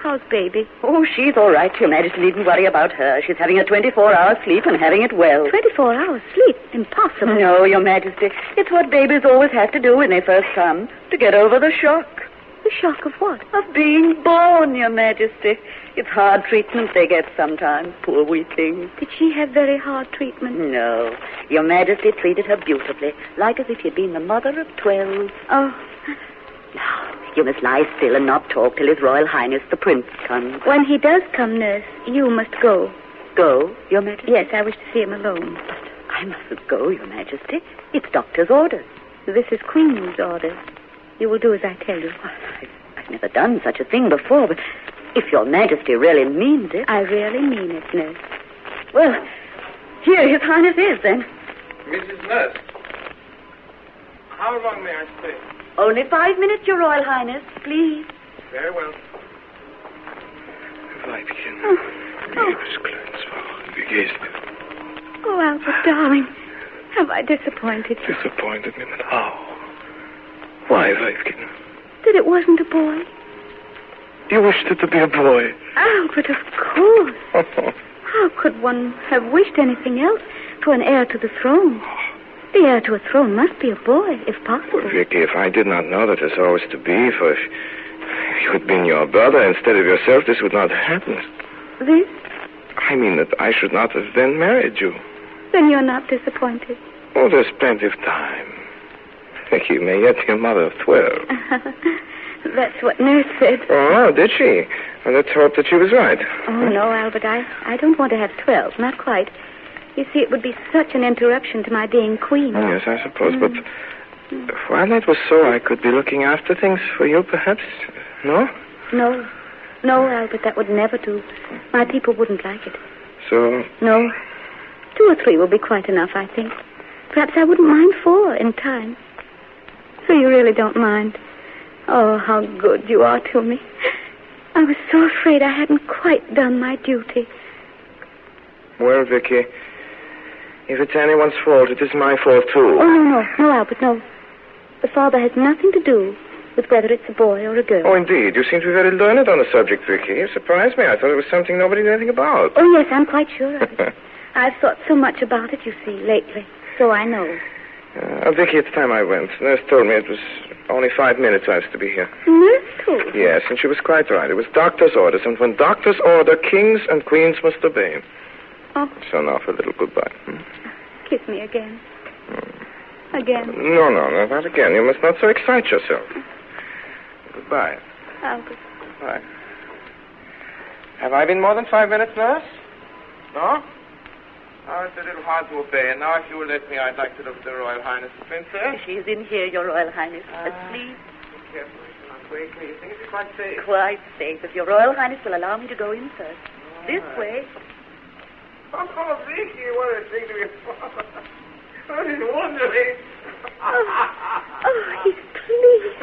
Speaker 8: How's baby?
Speaker 11: Oh, she's all right. Your Majesty needn't worry about her. She's having a 24-hour sleep and having it well.
Speaker 8: 24 hours sleep? Impossible.
Speaker 11: No, Your Majesty. It's what babies always have to do when they first come, to get over the shock. Mm.
Speaker 8: The shock of what?
Speaker 11: Of being born, Your Majesty. It's hard treatment they get sometimes, poor wee things.
Speaker 8: Did she have very hard treatment?
Speaker 11: No. Your Majesty treated her beautifully, like as if she'd been the mother of twelve.
Speaker 8: Oh.
Speaker 11: Now, you must lie still and not talk till His Royal Highness the Prince comes.
Speaker 8: When he does come, nurse, you must go.
Speaker 11: Go, Your Majesty?
Speaker 8: Yes, I wish to see him alone.
Speaker 11: I mustn't go, Your Majesty. It's doctor's orders.
Speaker 8: This is Queen's order. You will do as I tell you.
Speaker 11: I've never done such a thing before, but if Your Majesty really means it.
Speaker 8: I really mean it, nurse.
Speaker 11: Well, here His Highness is then.
Speaker 12: Mrs. Nurse, how long may I stay?
Speaker 11: Only five minutes, Your Royal Highness, please.
Speaker 12: Very well.
Speaker 13: Weibchen,
Speaker 8: Oh,
Speaker 13: liebes kleines Frauchen, wie geht's dir?
Speaker 8: oh Albert, darling, have I disappointed you?
Speaker 13: Disappointed me, but how? Why, Weibchen?
Speaker 8: That it wasn't a boy?
Speaker 13: You wished it to be a boy.
Speaker 8: Albert, Oh, of course. How could one have wished anything else for an heir to the throne? The heir to a throne must be a boy, if possible.
Speaker 3: Vicky, if I did not know that it's always to be, for if you had been your brother instead of yourself, this would not have happened.
Speaker 8: This?
Speaker 3: I mean that I should not have then married you.
Speaker 8: Then you're not disappointed.
Speaker 3: Oh, there's plenty of time. Vicky you may yet be a mother of twelve.
Speaker 8: That's what Nurse said.
Speaker 3: Oh, did she? Well, let's hope that she was right.
Speaker 8: Oh, no, Albert, I, I don't want to have twelve, not quite. You see, it would be such an interruption to my being queen.
Speaker 3: Oh, yes, I suppose. But while that was so, I could be looking after things for you, perhaps. No?
Speaker 8: No, no, Albert, that would never do. My people wouldn't like it.
Speaker 3: So
Speaker 8: No, two or three will be quite enough, I think. Perhaps I wouldn't mind four in time. So you really don't mind? Oh, how good you are to me. I was so afraid I hadn't quite done my duty.
Speaker 3: Well, Vicky, if it's anyone's fault, it is my fault too.
Speaker 8: Oh, no, no, no, Albert, no. The father has nothing to do with whether it's a boy or a girl.
Speaker 3: Oh, indeed. You seem to be very learned on the subject, Vicky. You surprised me. I thought it was something nobody knew anything about.
Speaker 8: Oh, yes, I'm quite sure of it. I've thought so much about it, you see, lately, so I know.
Speaker 3: Uh, Vicky, it's time I went. Nurse told me it was only five minutes I was to be here.
Speaker 8: Nurse told you.
Speaker 3: Yes, and she was quite right. It was doctor's orders, and when doctors order, kings and queens must obey.
Speaker 8: Oh,
Speaker 3: So now for a little goodbye. hmm?
Speaker 8: kiss me again. Again,
Speaker 3: No, no, no, not again. You must not so excite yourself. Goodbye.
Speaker 8: Albert.
Speaker 3: Goodbye. Have I been more than five minutes, nurse?
Speaker 12: No? Oh, it's a little hard to obey. And now, if you will let me, I'd like to look at the Royal Highness the Princess.
Speaker 11: She's in here, Your Royal Highness. Asleep,
Speaker 12: Careful, you not wake her. You think it's quite safe.
Speaker 11: quite safe. If Your Royal Highness will allow me to go in first. This way.
Speaker 12: Oh, Vicky, what a thing to be I was wondering.
Speaker 8: Oh, he's pleased.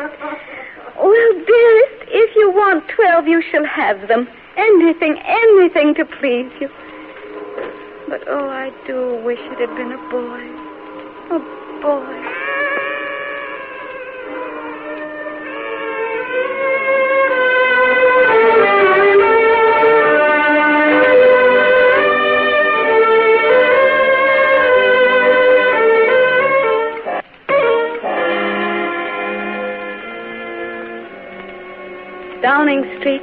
Speaker 8: Well, dearest, if you want twelve, you shall have them. Anything, anything to please you. But oh, I do wish it had been a boy. A boy. Downing Street,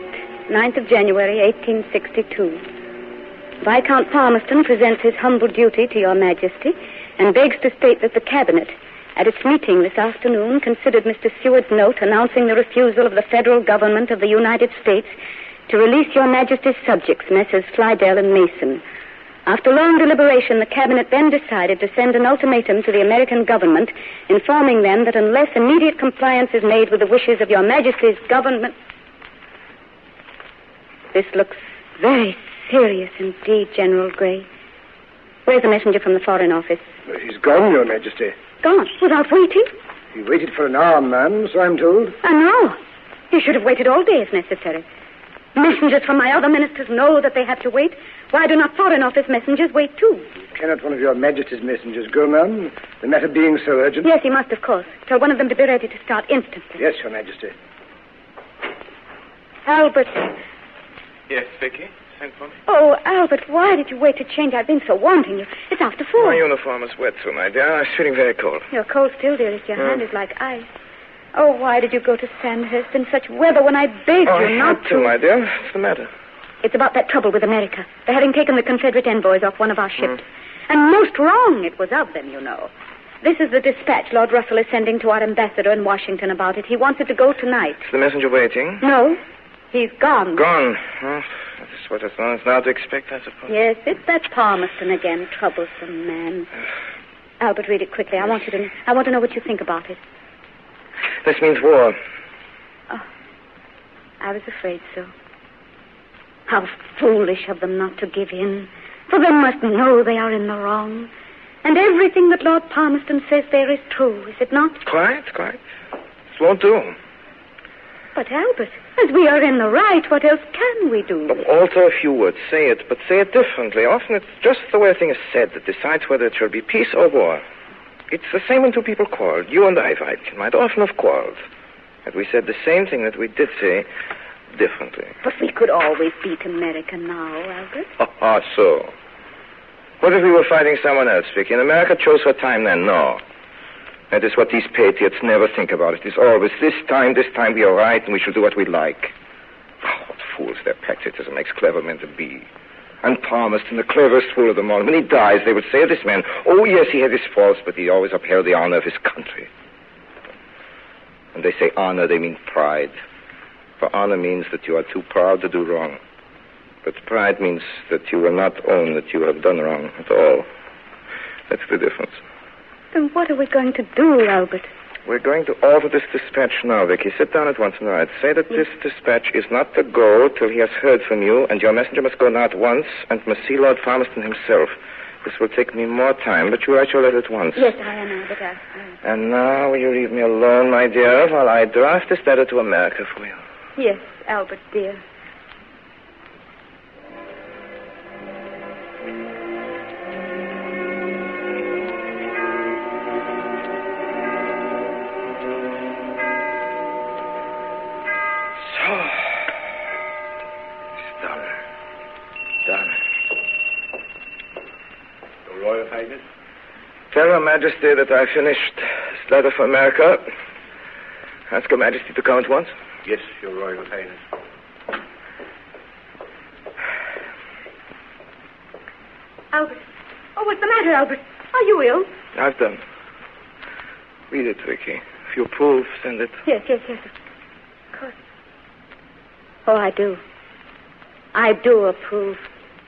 Speaker 8: 9th of January, 1862. Viscount Palmerston presents his humble duty to your majesty and begs to state that the cabinet, at its meeting this afternoon, considered Mr. Seward's note announcing the refusal of the federal government of the United States to release your majesty's subjects, Messrs. Slidell and Mason, After long deliberation, the cabinet then decided to send an ultimatum to the American government informing them that unless immediate compliance is made with the wishes of your majesty's government. This looks very serious indeed, General Gray. Where's the messenger from the Foreign Office?
Speaker 9: He's gone, Your Majesty.
Speaker 8: Gone, without waiting?
Speaker 9: He waited for an hour, ma'am, so I'm told.
Speaker 8: I know. He should have waited all day if necessary. Messengers from my other ministers know that they have to wait. Why do not Foreign Office messengers wait too?
Speaker 9: Cannot one of Your Majesty's messengers go, ma'am? The matter being so urgent.
Speaker 8: Yes, he must, of course. Tell one of them to be ready to start instantly.
Speaker 9: Yes, Your Majesty.
Speaker 8: Albert.
Speaker 14: Yes, Vicky? Send for me.
Speaker 8: Oh, Albert, why did you wait to change? I've been so wanting you. It's after four.
Speaker 3: My uniform is wet, too, my dear. I'm feeling very cold.
Speaker 8: You're cold still, dearest. Your
Speaker 3: Hmm.
Speaker 8: hand is like ice. Oh, why did you go to Sandhurst in such weather when I begged
Speaker 3: oh,
Speaker 8: you
Speaker 3: I
Speaker 8: not
Speaker 3: had to, my dear. What's the matter?
Speaker 8: It's about that trouble with America. They're having taken the Confederate envoys off one of our ships. And most wrong it was of them, you know. This is the dispatch Lord Russell is sending to our ambassador in Washington about it. He wants it to go tonight.
Speaker 3: Is the messenger waiting?
Speaker 8: No, he's gone.
Speaker 3: Gone. Oh, that's what it's one is now to expect, I suppose.
Speaker 8: Yes, it's that Palmerston again, troublesome man. Albert, read it quickly. I want you to. I want to know what you think about it.
Speaker 3: This means war.
Speaker 8: Oh, I was afraid so. How foolish of them not to give in, for they must know they are in the wrong. And everything that Lord Palmerston says there is true, is it not?
Speaker 3: Quiet, quiet. This won't do.
Speaker 8: But, Albert, as we are in the right, what else can we do?
Speaker 3: Alter a few words, say it, but say it differently. Often it's just the way a thing is said that decides whether it shall be peace or war. It's the same when two people quarrel. You and I, Weidkin, might often have quarreled. But we said the same thing that we did say differently.
Speaker 8: But we could always beat America now, Albert.
Speaker 3: Ha ha, so. What if we were fighting someone else, Vicky? And America chose her time then? No. That is what these patriots never think about. It is always this time, this time we are right, and we shall do what we like. Oh, what fools their patriotism makes clever men to be. And Palmerston, the cleverest fool of them all, when he dies, they would say of this man, oh, yes, he had his faults, but he always upheld the honor of his country. And they say honor, they mean pride. For honor means that you are too proud to do wrong. But pride means that you will not own that you have done wrong at all. That's the difference.
Speaker 8: Then what are we going to do, Albert?
Speaker 3: We're going to alter this dispatch now, Vicky. Sit down at once and write. Say that this dispatch is not to go till he has heard from you, and your messenger must go now at once and must see Lord Palmerston himself. This will take me more time, but you write your letter at once.
Speaker 8: Yes, I uh, am, Albert. I- I-
Speaker 3: And now will you leave me alone, my dear, while I draft this letter to America for you?
Speaker 8: Yes, Albert, dear.
Speaker 3: So. It's done. Done.
Speaker 15: Your Royal Highness?
Speaker 3: Tell Her Majesty that I finished this letter for America. Ask Her Majesty to come at once.
Speaker 15: Yes, Your Royal Highness.
Speaker 8: Albert. Oh, what's the matter, Albert? Are you ill?
Speaker 3: I've done. Read it, Vicky. If you approve, send it.
Speaker 8: Yes, yes, yes. Of course. Oh, I do. I do approve.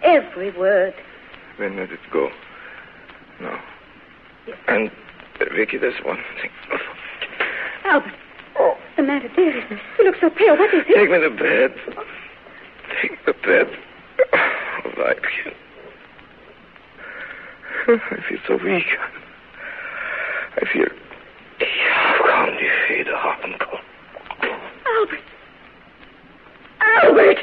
Speaker 8: Every word.
Speaker 3: Then let it go. No. And, uh, Vicky, there's one thing.
Speaker 8: Albert. Oh. What's the matter, dearest? You look so pale. What is it?
Speaker 3: Take me to bed. Take the bed. Oh, Vicky. I feel so weak. I feel... I've gone defeated, Harpenko.
Speaker 8: Albert. Albert!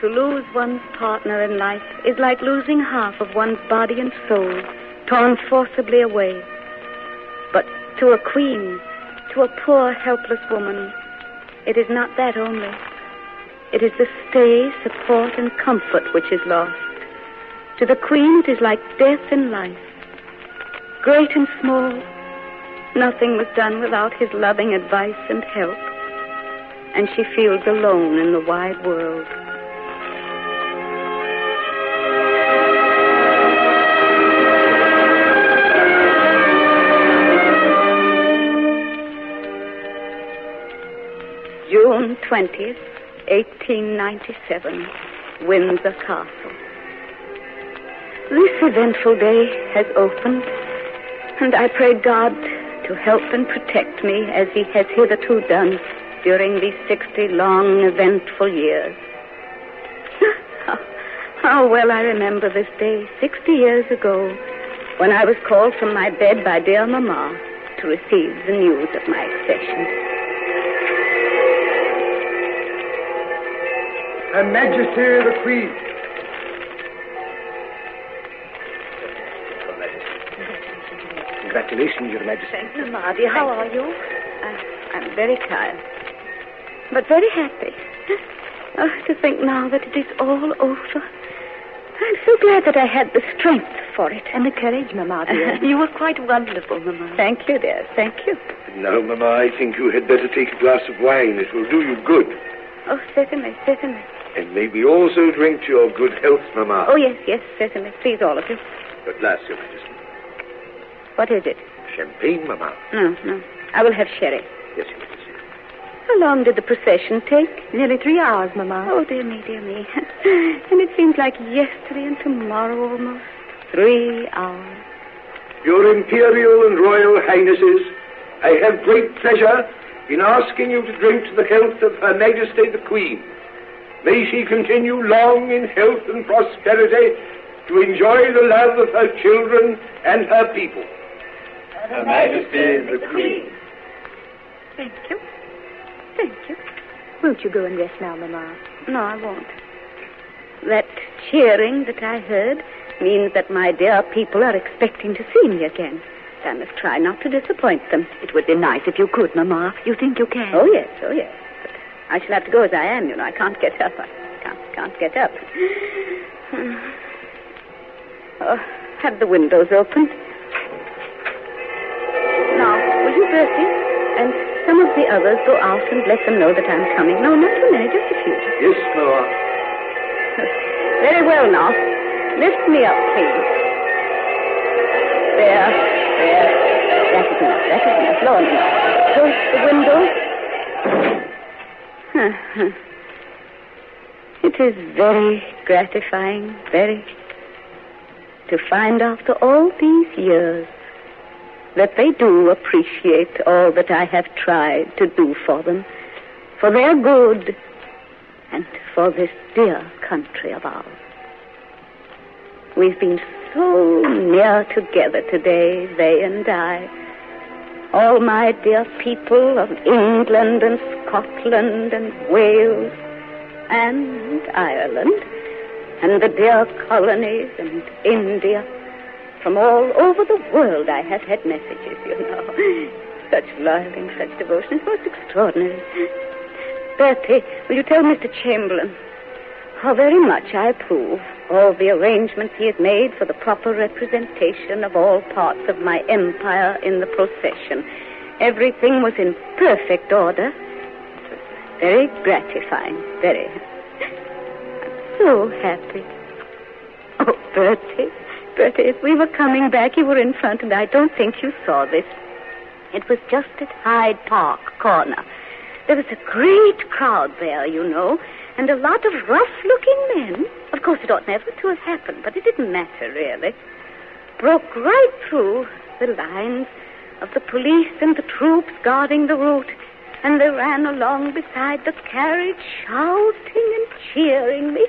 Speaker 8: To lose one's partner in life is like losing half of one's body and soul, torn forcibly away. But to a queen, to a poor, helpless woman, it is not that only. It is the stay, support, and comfort which is lost. To the queen, it is like death in life. Great and small, nothing was done without his loving advice and help. And she feels alone in the wide world, 20th, 1897, Windsor Castle. This eventful day has opened, and I pray God to help and protect me as He has hitherto done during these 60 long, eventful years. How well I remember this day, 60 years ago, when I was called from my bed by dear Mamma to receive the news of my accession.
Speaker 9: Her Majesty the Queen. Congratulations, Your Majesty.
Speaker 8: Thank you, Marty. How are you? I, I'm very tired, but very happy. Oh, to think now that it is all over. I'm so glad that I had the strength for it.
Speaker 7: And the courage, Mamma,
Speaker 8: you were quite wonderful, Mamma. Thank you, dear. Thank you.
Speaker 4: Now, Mamma, I think you had better take a glass of wine. It will do you good.
Speaker 8: Oh, certainly, certainly.
Speaker 4: And maybe also drink to your good health, Mamma.
Speaker 8: Oh, yes, yes, certainly. Please, all of you.
Speaker 4: But glass, Your Majesty.
Speaker 8: What is it?
Speaker 4: Champagne, Mamma.
Speaker 8: No, no. I will have sherry.
Speaker 4: Yes, Your Majesty.
Speaker 8: How long did the procession take?
Speaker 7: Nearly three hours, Mamma.
Speaker 8: Oh, dear me, dear me. and it seems like yesterday and tomorrow almost. Three hours.
Speaker 4: Your Imperial and Royal Highnesses, I have great pleasure in asking you to drink to the health of Her Majesty the Queen. May she continue long in health and prosperity to enjoy the love of her children and her people.
Speaker 16: Her Majesty the Queen.
Speaker 8: Thank you. Thank you.
Speaker 7: Won't you go and rest now, Mamma?
Speaker 8: No, I won't. That cheering that I heard means that my dear people are expecting to see me again. I must try not to disappoint them.
Speaker 17: It would be nice if you could, Mamma. You think you can?
Speaker 8: Oh, yes, oh, yes. But I shall have to go as I am, you know. I can't get up. I can't, can't get up. Oh, have the windows open. Now, will you, Bertie, and some of the others go out and let them know that I'm coming? No, not too many, just a few.
Speaker 4: Yes, Mamma.
Speaker 8: Very well now. Lift me up, please. There, there. That is enough. That is enough. Lower me. Close the window. Huh. it is very gratifying, very, to find after all these years that they do appreciate all that I have tried to do for them, for their good, and for this dear country of ours. We've been so near together today, they and I. All my dear people of England and Scotland and Wales and Ireland and the dear colonies and India. From all over the world I have had messages, you know. Such love and such devotion. It's most extraordinary. Bertie, will you tell Mr. Chamberlain how very much I approve all the arrangements he has made for the proper representation of all parts of my empire in the procession. Everything was in perfect order. It was very gratifying, very. I'm so happy. Oh, Bertie, Bertie, if we were coming back, you were in front, and I don't think you saw this. It was just at Hyde Park Corner. There was a great crowd there, you know, and a lot of rough-looking men. Of course, it ought never to have happened, but it didn't matter, really. Broke right through the lines of the police and the troops guarding the route, and they ran along beside the carriage, shouting and cheering me,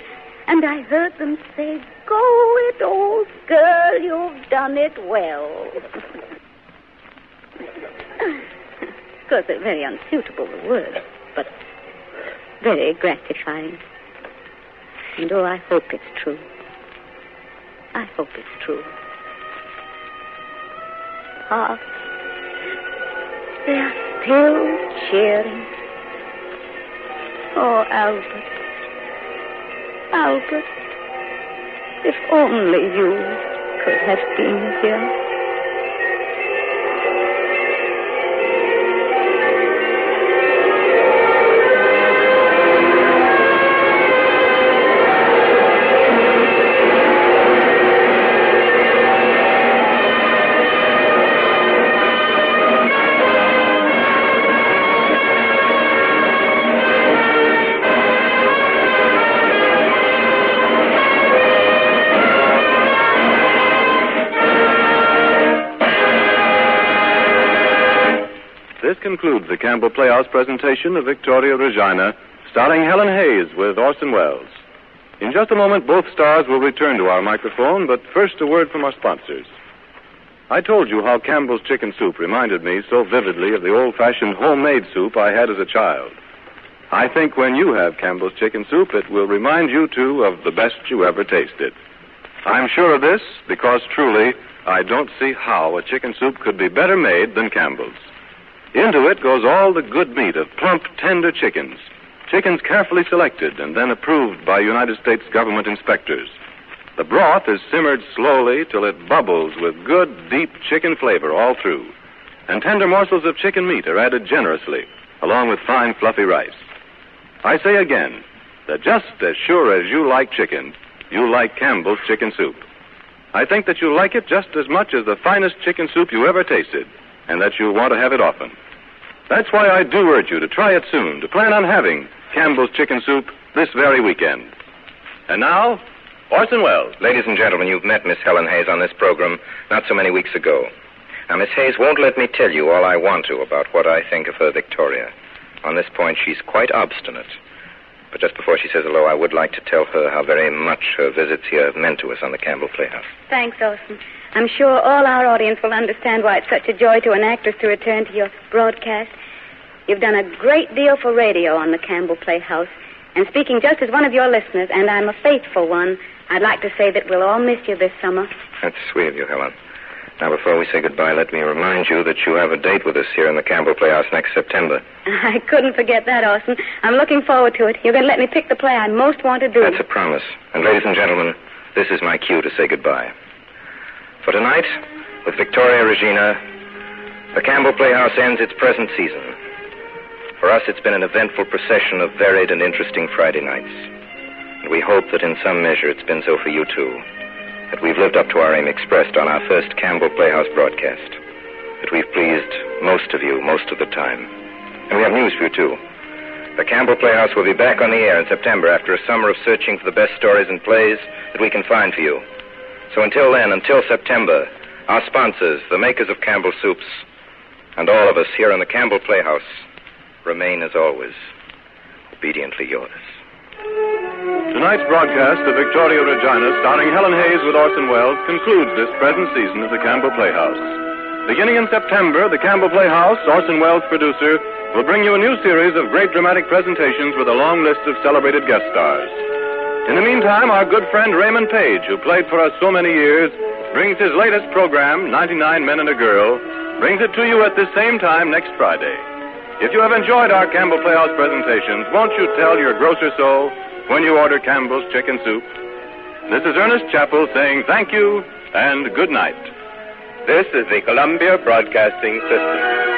Speaker 8: and I heard them say, Go it, old girl, you've done it well. Of course, they're very unsuitable, the word, but very gratifying. And oh, I hope it's true. I hope it's true. Ah, they are still cheering. Oh, Albert, Albert, if only you could have been here.
Speaker 2: This concludes the Campbell Playhouse presentation of Victoria Regina, starring Helen Hayes with Orson Welles. In just a moment, both stars will return to our microphone, but first a word from our sponsors. I told you how Campbell's chicken soup reminded me so vividly of the old fashioned homemade soup I had as a child. I think when you have Campbell's chicken soup, it will remind you, too, of the best you ever tasted. I'm sure of this because truly, I don't see how a chicken soup could be better made than Campbell's. Into it goes all the good meat of plump, tender chickens. Chickens carefully selected and then approved by United States government inspectors. The broth is simmered slowly till it bubbles with good, deep chicken flavor all through. And tender morsels of chicken meat are added generously, along with fine, fluffy rice. I say again that just as sure as you like chicken, you like Campbell's chicken soup. I think that you'll like it just as much as the finest chicken soup you ever tasted, and that you'll want to have it often. That's why I do urge you to try it soon, to plan on having Campbell's chicken soup this very weekend. And now, Orson Welles.
Speaker 3: Ladies and gentlemen, you've met Miss Helen Hayes on this program not so many weeks ago. Now, Miss Hayes won't let me tell you all I want to about what I think of her Victoria. On this point, she's quite obstinate. But just before she says hello, I would like to tell her how very much her visits here have meant to us on the Campbell Playhouse.
Speaker 18: Thanks, Orson. I'm sure all our audience will understand why it's such a joy to an actress to return to your broadcast. You've done a great deal for radio on the Campbell Playhouse. And speaking just as one of your listeners, and I'm a faithful one, I'd like to say that we'll all miss you this summer.
Speaker 3: That's sweet of you, Helen. Now, before we say goodbye, let me remind you that you have a date with us here in the Campbell Playhouse next September.
Speaker 18: I couldn't forget that, Orson. I'm looking forward to it. You're going to let me pick the play I most want to do.
Speaker 3: That's a promise. And, ladies and gentlemen, this is my cue to say goodbye. For tonight, with Victoria Regina, the Campbell Playhouse ends its present season. For us, it's been an eventful procession of varied and interesting Friday nights. And we hope that in some measure it's been so for you, too that we've lived up to our aim expressed on our first Campbell Playhouse broadcast. That we've pleased most of you most of the time. And we have news for you, too. The Campbell Playhouse will be back on the air in September after a summer of searching for the best stories and plays that we can find for you. So until then, until September, our sponsors, the makers of Campbell Soups, and all of us here in the Campbell Playhouse remain, as always, obediently yours.
Speaker 2: Tonight's broadcast of Victoria Regina, starring Helen Hayes with Orson Welles, concludes this present season of the Campbell Playhouse. Beginning in September, the Campbell Playhouse, Orson Welles producer, will bring you a new series of great dramatic presentations with a long list of celebrated guest stars. In the meantime, our good friend Raymond Page, who played for us so many years, brings his latest program, 99 Men and a Girl, brings it to you at this same time next Friday. If you have enjoyed our Campbell Playhouse presentations, won't you tell your grocer so? when you order Campbell's chicken soup. This is Ernest Chappell saying thank you and good night.
Speaker 19: This is the Columbia Broadcasting System.